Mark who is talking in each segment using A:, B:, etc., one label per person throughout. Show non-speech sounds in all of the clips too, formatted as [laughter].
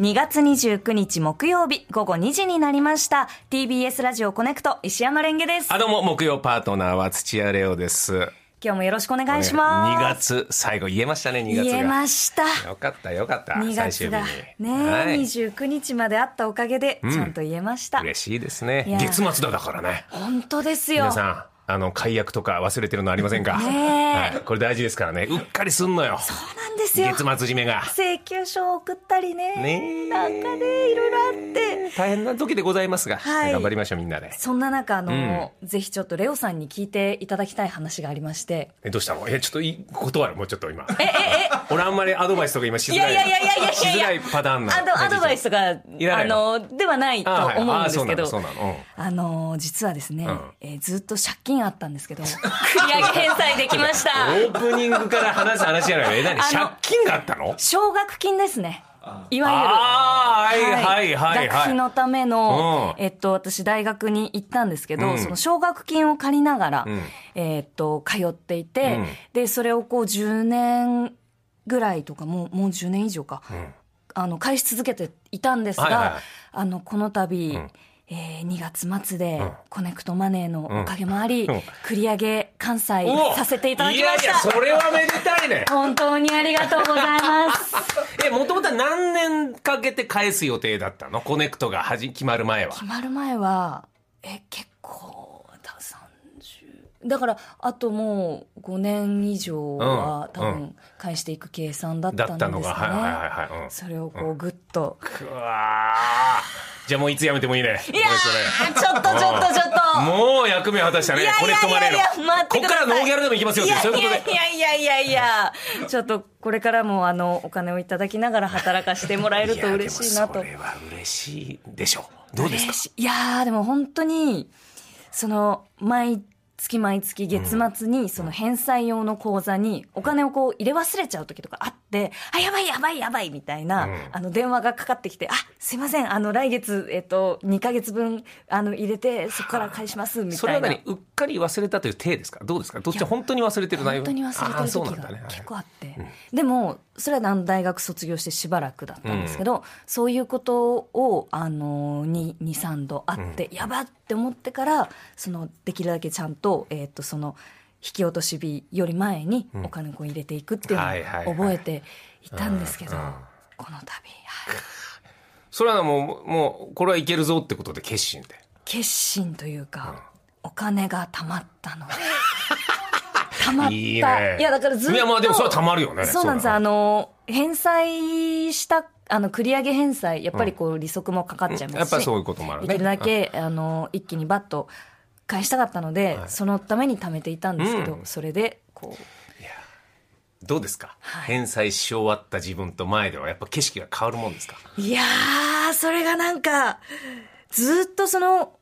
A: 2月29日木曜日午後2時になりました TBS ラジオコネクト石山レンゲです
B: あ、どうも、木曜パートナーは土屋レオです。
A: 今日もよろしくお願いし
B: 2
A: ます
B: 月、最後言えましたね、2月が。
A: 言えました
B: よかった、よかった。
A: 2
B: 最
A: 月
B: 終日
A: が
B: に。
A: ね、
B: はい
A: 29日まであったおかげでちゃんと言えました、
B: 嬉しいですね
A: いや。
B: 月末だだからね。
A: 本当ですよ
B: 皆さん、あの、解約とか忘れてるのありませんか
A: ねえ
B: はい。これ大事ですからね。うっかりすんのよ。
A: そうなんですよ
B: 月末締めが。
A: 請求書を送ったりね
B: ねえ
A: なんかねいろいろあって
B: 大変な時でございますが、
A: はい
B: 頑張りましょう、みんなで。
A: そんな中あの、ぜひちょっとレオさんに聞いていただきたい話がありまして
B: え、どうしたのえ、ちょっといい断る、もうちょっと今。
A: ええ
B: 俺あんまりアドバイスとか今し
A: えい
B: づら
A: や
B: い。
A: いやいやいやいやいや
B: しづらいパターンな
A: アドアドバイスとかあ
B: らないの
A: のではないと
B: あはい
A: 思うんですけ
B: あ
A: ど
B: そうなのそうなのうん
A: あの実はですね、
B: ん
A: えーずっと借金あったんです
B: [laughs]
A: けど繰り上げ返済できました
B: オープニングから話す話じゃないのえ、何
A: あの
B: 借金があったの
A: 奨学金ですねいわゆる
B: ああ、はいはいはい
A: 学
B: はい。
A: 費のための、
B: うん
A: えっと、私大学に行ったんですけど、
B: うん
A: その奨学金を借りながら、
B: ん
A: えっと、通っていて、
B: うん
A: で、それをこう10年ぐらいとか、もう、もう10年以上か、
B: ん
A: あの、返し続けていたんですが、
B: はいはいはい
A: あの、この度、
B: ん
A: えー2月末で
B: うん、
A: コネクトマネーのおかげもあり、
B: うん
A: 繰り上げ関西
B: お
A: させていただきました。
B: いやいや、それはめでたいね。
A: 本当にありがとうございます。
B: え、もともとは何年かけて返す予定だったのコネクトがはじ決まる前は。
A: 決まる前はえ結構だ30だからあともう5年以上は
B: う
A: 多
B: んうん
A: 分返していく計算だっ
B: だ
A: たん
B: っ
A: で
B: た
A: す
B: のが、はいはい
A: ね
B: はいはい。うん
A: それをこうグッと、
B: くわーじゃあもういつやめてもいいね。
A: いやーちょっとちょっとちょっと
B: もう役目果たした
A: い
B: ね
A: や。
B: コ
A: い
B: ネクトマ
A: や
B: ネ
A: い
B: ー
A: や
B: の
A: いや待っ。て
B: こ
A: くだ
B: っか
A: さ
B: ら
A: い
B: ノーギャラでもいきますよって。そういうことで。
A: いやいやいやいやいやちょっとこれからもあのお金をいただきながら働かせてもらえると嬉しいなと
B: やでもそれは嬉しいでしょう。どうですか
A: 嬉しいいやーでも本当にその毎月毎月月末にその返済用の口座にお金をこう入れ忘れちゃう時とかあって、あやばいやばいやばいみたいな、
B: うん
A: あの電話がかかってきてあすいませんあの来月えっと2ヶ月分あの入れてそこから返しますみたいな
B: それは何うっかり忘れたという体ですかどうですかどっち本当に忘れてる内容
A: 本当に忘れて
B: あー
A: る
B: そうなん
A: 時
B: だ
A: が
B: ね
A: 結構あってでもそれはあの大学卒業してしばらくだったんですけど、そういうことを、あの23度あって、やばって思ってからそのできるだけちゃんと,、えー、とその引き落とし日より前にお金をこう入れていくっていう
B: はいはい
A: のを
B: はい
A: 覚えていたんですけど、
B: うんうん
A: この度、はい
B: それはもうもうこれはいけるぞってことで決心で
A: 決心というか、お金が貯まった
B: [laughs]
A: ので。貯まった。
B: いいね
A: や、だからずっと。
B: いやまあでもそれは貯まるよね
A: そうなんです。
B: それは
A: あの、返済した、あの、繰り上げ返済、やっぱりこう、利息もかかっちゃいますし。
B: やっぱりそういうこともあるね
A: できるだけ、あの、一気にバッと返したかったので、そのために貯めていたんですけど、
B: う
A: それで、こう。
B: どうですか、
A: はい
B: 返済し終わった自分と前ではやっぱ景色が変わるもんですか
A: いやー、それがなんか、ずっとその、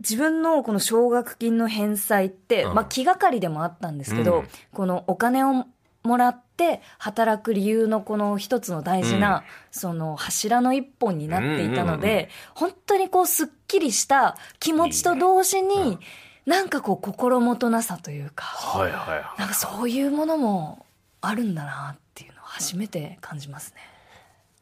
A: 自分のこの奨学金の返済って、
B: うん
A: まあ気がかりでもあったんですけど、
B: うん
A: このお金をもらって働く理由のこの一つの大事な、
B: う
A: その柱の一本になっていたので、
B: うんうんうん
A: 本当にこうすっきりした気持ちと同時に、なんかこう心もとなさというか、
B: はいはいはい
A: なんかそういうものもあるんだなっていうのを初めて感じますね。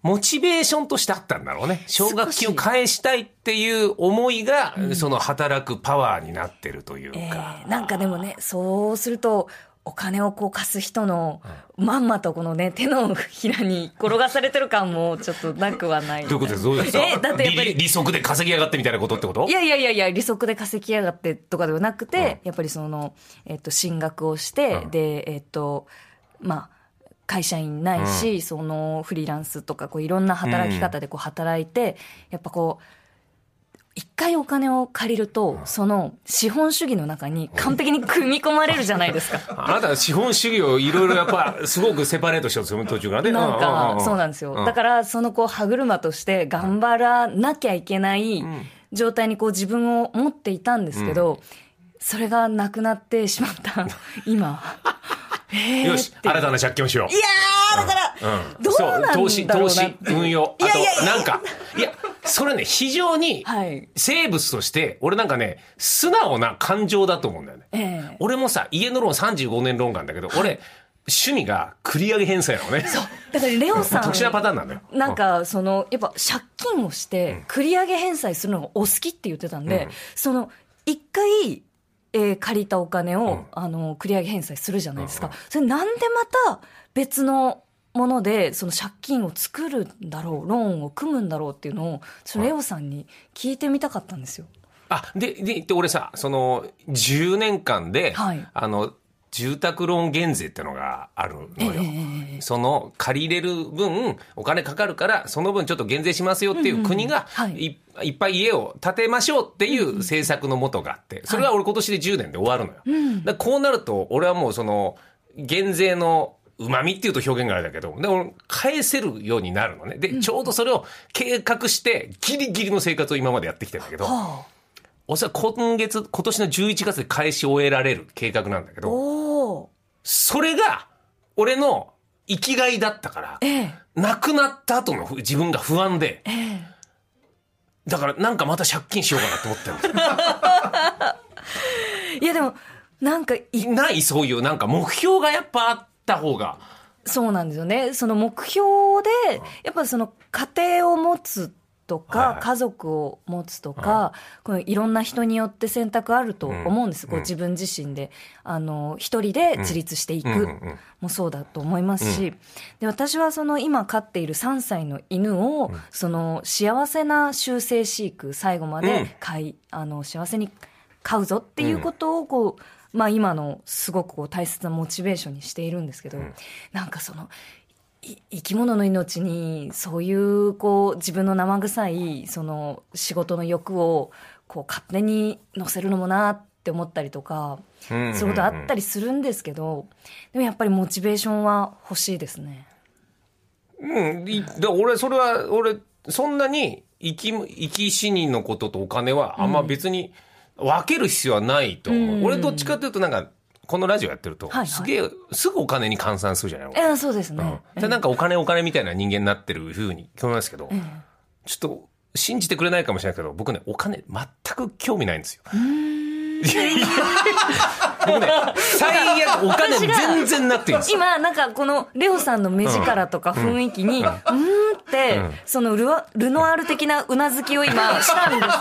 B: モチベーションとしてあったんだろうね奨学
A: 少
B: 金を
A: し
B: 返したいっていう思いが、その働くパワーになってるという
A: え
B: か、
A: ーなんかでもねそうするとお金をこう貸す人の、まんまとこのね手のひらに転がされてる感もちょっとなくはない
B: どういうことですどうですか、
A: えだってやっぱり
B: 利利息で稼ぎ上がってみたいなことってこと
A: いやいやいやいや利息で稼ぎやがってとかではなくて、やっぱりその、えっと、進学をして、
B: うん
A: でえっとまあ会社員ないし、そのフリーランスとかこういろんな働き方でこう働いて、やっぱこう一回お金を借りると、その資本主義の中に完璧に組み込まれるじゃないですか。
B: あなた資本主義をいろいろやっぱ [laughs] すごくセパレートしようとする途中からね。
A: なん
B: うう
A: か、
B: う
A: そうなんですよ。だ
B: ら、
A: から、そのこう、歯車として頑張らなきゃいけない状態にこう、自分を持っていたんですけど、それがなくなってしま [laughs] った、今。えー
B: よし
A: っ、て
B: 新たな借金をしよう。
A: いやー、だから、
B: うん
A: どうなんだろうな
B: 投資、投資、運用。あ
A: いやいやいや
B: と、なんか、いや、それね、非常に
A: はい、
B: 生物として、俺なんかね、素直な感情だと思うんだよね。
A: ええ
B: 俺もさ、家のローン35年ローンがあるんだけど、俺、趣味が繰り上げ返済なのね。
A: だからレオさん
B: 特殊なパターンなんだよ。
A: なんかそのやっぱ借金をして繰り上げ返済するのがお好きって言ってたんで、
B: うん
A: その一回、えー借りたお金を、
B: ん
A: あの繰り上げ返済するじゃないですか、
B: うんう
A: それなんでまた別のものでその借金を作るんだろうローンを組むんだろうっていうのをちょっとレオさんに聞いてみたかったんですよ。
B: あ、で、で、で俺さ、その、10年間で、
A: はい
B: あの、住宅ローン減税ってのがあるのよ。その、借りれる分、お金かかるから、その分ちょっと減税しますよっていう国が、
A: はい
B: いいっぱい家を建てましょうっていう政策のもとがあって、それが俺今年で10年で終わるのよ。だからこうなると、俺はもうその、減税の、旨味っていうと表現があれだけど、でも返せるようになるのね。で、ちょうどそれを計画して、ギリギリの生活を今までやってきてんだけど、
A: はあ、
B: おそらく今月、今年の11月で返し終えられる計画なんだけど、
A: おお、
B: それが、俺の生きがいだったから、
A: ええ
B: 亡くなった後の自分が不安で、
A: ええ
B: だからなんかまた借金しようかなと思ってるんだよ
A: いやでもなんか [laughs] い
B: ないそういう、なんか目標がやっぱあった方が、
A: そうなんですよね。その目標で、やっぱその家庭を持つと
B: はい
A: か
B: は、い
A: 家族を持つとか、このいろんな人によって選択あると思うんです。
B: うん
A: こう自分自身で、あの、一人で自立してい
B: うんうん
A: く
B: うん
A: もそうだと思いますし、で、私はその今飼っている3歳の犬を、その幸せな終生飼育、最後ま
B: うん
A: で飼い、あの、幸せに飼うぞっていうことを、こう、まあ今のすごくこう大切なモチベーションにしているんですけど、なんかその、い生き物の命に、そういう、こう、自分の生臭い、その、仕事の欲を、こう、勝手に乗せるのもなって思ったりとか、
B: うんうんうん
A: そういうことあったりするんですけど、でもやっぱりモチベーションは欲しいですね。
B: うん、いだから俺、それは、俺、そんなに、生き、生き死にのこととお金は、あんま別に分ける必要はないと思う。
A: うん
B: 俺、どっちかというと、なんか、このラジオやってると、
A: はいはい
B: すげえ、すぐお金に換算するじゃない
A: え
B: 俺
A: え、そうですね。
B: うんでなんかお金お金みたいな人間になってるふうに聞こえますけど、
A: ええ
B: ちょっと、信じてくれないかもしれないけど、僕ね、お金全く興味ないんですよ。いやいや僕ね、最悪お金全然なくていいんですよ。
A: 今、なんかこの、レオさんの目力とか雰囲気に、うーんって、そのルワ、ルノアール的なうなずきを今したんです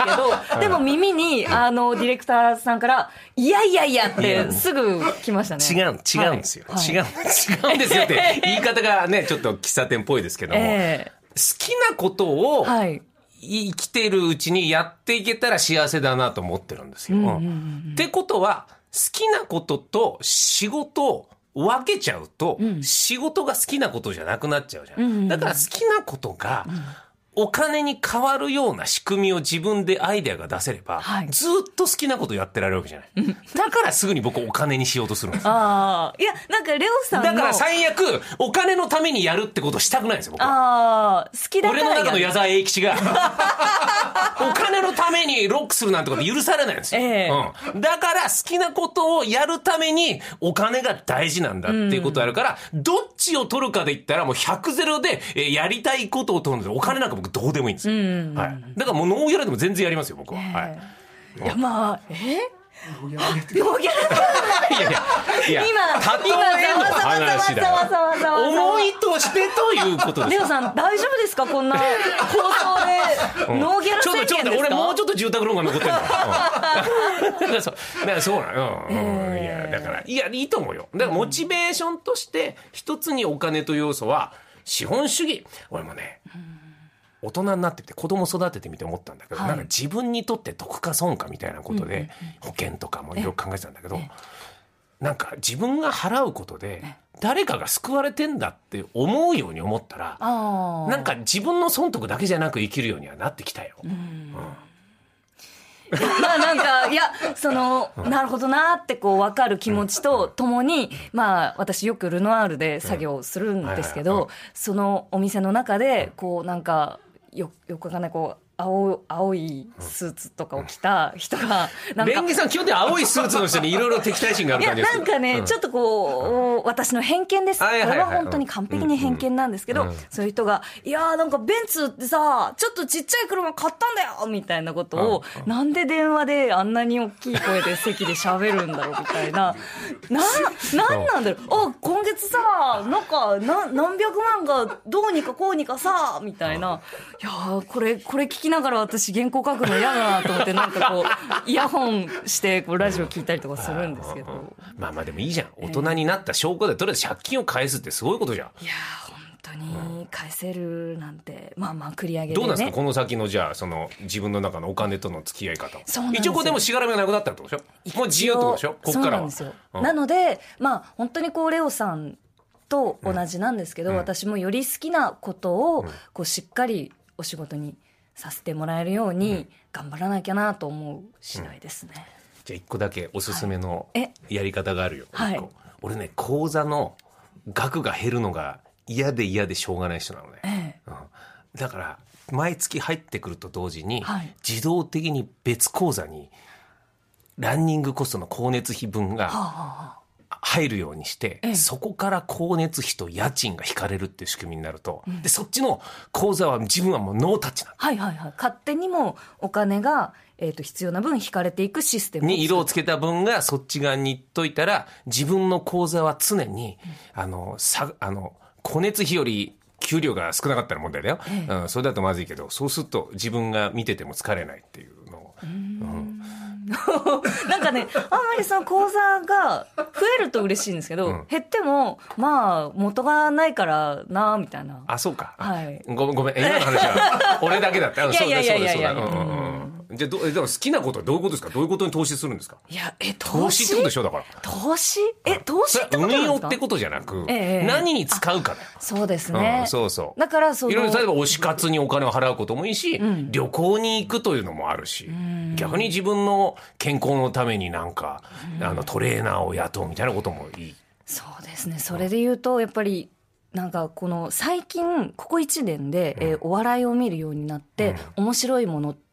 A: けど、でも耳に、あの、ディレクターさんから、いやいやいやって、すぐ来ましたね。
B: 違う、違うんですよ。
A: はい
B: 違う、違うんですよって言い方がね、ちょっと喫茶店っぽいですけども、
A: え
B: 好きなことを
A: えはい。
B: 生きてるうちにやっていけたら幸せだなと思ってるんですよ。
A: うんうんうん
B: ってことは、好きなことと仕事を分けちゃうと、
A: ん
B: 仕事が好きなことじゃなくなっちゃうじゃん。
A: うんうんうん
B: だから好きなことが、お金に変わるような仕組みを自分でアイデアが出せれば、
A: はい
B: ずっと好きなことやってられるわけじゃない。だからすぐに僕お金にしようとするんで
A: [laughs]
B: す。
A: ああ。いや、なんかレオさんの。
B: だから最悪、お金のためにやるってことをしたくないんですよ、僕は。
A: ああ、好きだから
B: 俺の中
A: や
B: の
A: る
B: 矢沢永吉が、お金のためにロックするなんてこと許されないんですよ。
A: ええ
B: うん、だから好きなことをやるためにお金が大事なんだっていうことあるから、どっちを取るかで言ったらもう100ゼロでえーやりたいことを取るんですよ。お金なんか僕どうでもいいんですよ。はい、だからもうノーギャラでも全然やりますよ、僕は。はい
A: いや、まあ、えーノーギャラ
B: いやいや、いや
A: 今、
B: 例
A: 今、
B: え
A: ざ
B: の
A: わざわざわ
B: 話
A: ざわ
B: だ。
A: ざわざわざわ
B: 思いとしてということです
A: レオさん、大丈夫ですかこんな放送で、ノーギャラ
B: ちょっ
A: 宣言で
B: と
A: す
B: ちょ
A: か
B: っと俺もうちょっと住宅ローンが残っ
A: [laughs]
B: てるのうんだからそうだからそうなの、うんうんいやだからいやいいと思うよだからモチベーションとして一つにお金という要素は資本主義俺もね、大人になってて子供育ててみて思ったんだけど、
A: はい
B: なんか自分にとって得か損かみたいなことで、保険とかもいろいろ考えてたんだけどなんか自分が払うことで誰かが救われてんだって思うように思ったら
A: あー
B: なんか自分の損得だけじゃなく生きるようにはなってきたよ。
A: まあなんか、いや、その、なるほどなってこう分かる気持ちとともに、まあ私よくルノアールで作業するんですけ
B: うんはいはい
A: ど、そのお店の中で、こうなんか、よ、よくわかんない、こう、青青いスーツとかを着た人が、なん
B: レ
A: か
B: ンゲさん基本的に青いスーツの人にいろいろ敵対心があ
A: い
B: る
A: や
B: 感じです
A: なんかね、ちょっとこう、私の偏見です、
B: はいはいはい
A: これは本当に完璧に偏見なんですけど、
B: うんうん
A: そういう人が、いやー、なんかベンツってさ、ちょっとちっちゃい車買ったんだよみたいなことを、なんで電話であんなに大きい声で席で喋るんだろうみたい
B: [laughs]
A: な、な、なんなんだろう、あ今月さ、なんかな何百万がどうにかこうにかさ、みたいな、いやー、これ、これ聞きながら私、原稿書くの嫌だなと思って、なんかこう、イヤホンして、こうラジオ聞いたりとかするんですけど。
B: まあまあでもいいじゃん。大人になった証拠で、とりあえず借金を返すってすごいことじゃん。
A: いやー本当に返せるなんて、まあまあ繰り上げで、
B: どう
A: ね、
B: なんですか、この先のじゃあ、その自分の中のお金との付き合い方。
A: そうなんですよ
B: 一応これでもしがらみがなくなったってことでしょもう自由ってことでしょこっ
A: そうな
B: から
A: ん
B: は。
A: ですよ、
B: うん
A: なのでまあ本当にこうレオさんと同じなんですけど、私もより好きなことをこうしっかりお仕事にさせてもらえるように頑張らなきゃなと思う次第ですね、
B: じゃあ一個だけおすすめの
A: はいえ
B: やり方があるよ。
A: はい
B: 一個俺ね、口座の額が減るのが嫌で嫌でしょうがない人なのね。
A: ええ
B: うんだから毎月入ってくると同時に、
A: はい
B: 自動的に別口座にランニングコストの光熱費分が入るようにして、
A: ええ
B: そこから光熱費と家賃が引かれるっていう仕組みになると、でそっちの口座は自分はもうノータッチな
A: はいはいはい勝手にもお金が、えー、と必要な分引かれていくシステム
B: のに色を
A: 作
B: つけた分がそっち側に行っといたら自分の口座は常に、あのさあの光熱費より給料が少なかったら問題だよ、
A: ええ
B: うん、それだとまずいけどそうすると自分が見てても疲れないっていうのを。
A: っなんかねあんまりその口座が増えると嬉しいんですけど、
B: うん
A: 減ってもまあ元がないからなみたいな
B: あ、そうか。
A: はい
B: ごめん、ごめん。今の話
A: [laughs]
B: は、俺だけだった。うん
A: いやいやいや
B: そうだ、そうだ、
A: いやい
B: そう
A: や
B: だ。うんうんうんじゃあ、ど、えでも好きなことはどういうことですかどういうことに投資するんですか
A: いや、え、投
B: 投資
A: 資
B: ってことでしょだから。
A: 投資え、投資っ
B: それ
A: てことな
B: は
A: んで
B: 運
A: すか
B: 用ってことじゃなく、
A: ええええ
B: 何に使うかだよ。
A: そうですね、
B: うんそうそう
A: だから、その、
B: いろいろ、例えば推し活にお金を払うこともいいし、旅行に行くというのもあるし、逆に自分の健康のためになんか、あの、トレーナーを雇うみたいなこともいい。
A: そうですね。それで言うと、やっぱり、なんかこの最近ここ1年で、えーお笑いを見るようになって、面白いものって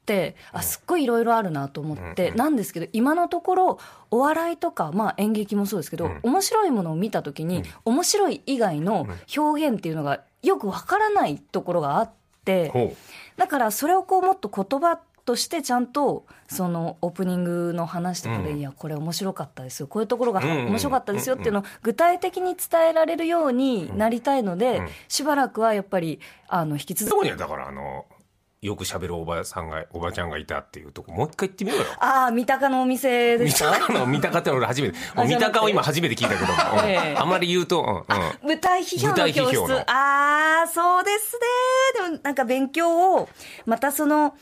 A: あすっごいいろいろあるなと思って、なんですけど今のところお笑いとか、まあ、演劇もそうですけど、面白いものを見た時に、面白い以外の表現っていうのがよくわからないところがあって、
B: ほう。
A: だからそれをこうもっと言葉としてちゃんとそのオープニングの話とかで、
B: うん
A: いやこれ面白かったですよこういうところが
B: うんうん
A: 面白かったですよっていうのを具体的に伝えられるようになりたいので、
B: ん
A: しばらくはやっぱりあの引き続
B: そ
A: き
B: こには、だから、あの、よく喋るおばさんが、おばちゃんがいたっていうとこ、もう一回行ってみようよ。
A: ああ三鷹のお店で
B: 三
A: す
B: 鷹の三鷹って俺初めて
A: あじゃな
B: 三
A: くて
B: 鷹を今初めて聞いたけど、うん
A: ええ
B: あんまり言うと、うんうん
A: 舞台批評の教
B: 舞台批評
A: 室
B: の
A: ああそうですねでもなんか勉強をまたその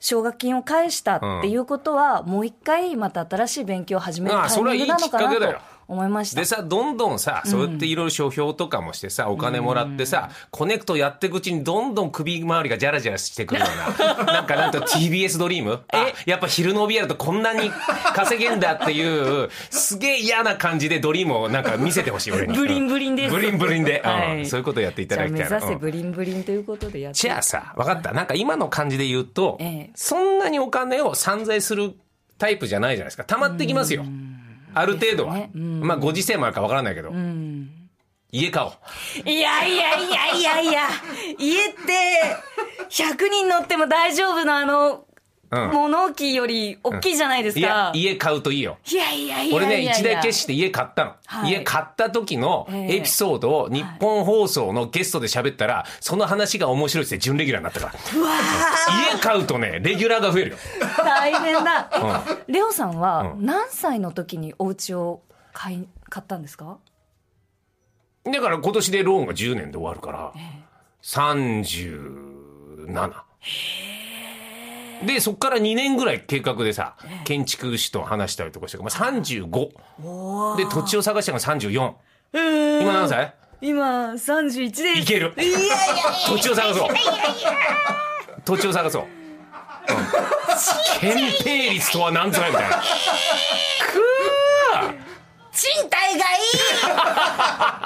A: 奨学金を返したっていうことは、もう一回また新しい勉強を始める
B: ああ
A: タイミングなのか
B: それはいいきっかけ
A: な
B: だよ
A: と思いました
B: でさどんどんさそうやっていろいろ書評とかもしてさお金もらってさコネクトやっていくうちにどんどん首周りがジャラジャラしてくるよう
A: [laughs]
B: ななんかなんと TBS ドリームあやっぱ昼の帯やるとこんなに稼げんだっていうすげえ嫌な感じでドリームをなんか見せてほしい俺に
A: ブリンブリンです
B: ブリンブリンで、うん
A: はい
B: そういうことやっていた
A: じゃあ
B: だき
A: 目
B: たい
A: 指
B: なう
A: せ
B: ん
A: ブリンブリンということでやって
B: じゃあさ、わかった。なんか今の感じで言うと、
A: ええ
B: そんなにお金を散財するタイプじゃないじゃないですか。溜まってきますよ。ある程度は。
A: ですねうん
B: まあ、ご時世もあるかわからないけど。家買おう。
A: いやいやいやいやいや家って100人乗っても大丈夫なあの
B: うん
A: 物置より大きいじゃないです
B: いや
A: か、、い
B: 家買うといいよ。
A: やいやいやいや
B: 俺ね、一台
A: 決
B: 決
A: し
B: して家買ったの。
A: はい
B: 家買った時の
A: ええ
B: エピソードを日本放送のゲストで喋ったら、その話が面白いって準レギュラーになったから。
A: うわ
B: 家買うとね、レギュラーが増えるよ。
A: ー大変だえレオさんは何歳の時にお家を買い買ったんですか
B: だから今年でローンが10年で終わるから、37。で、そっから2年ぐらい計画でさ、建築士と話したりとかして、まあ、35。で、土地を探したのが34。今何歳
A: 今31です
B: いける。
A: いやいや
B: 土地を探そう。土地を探そう。うん検定率とは何ぞやみたいな。
A: 賃貸がいい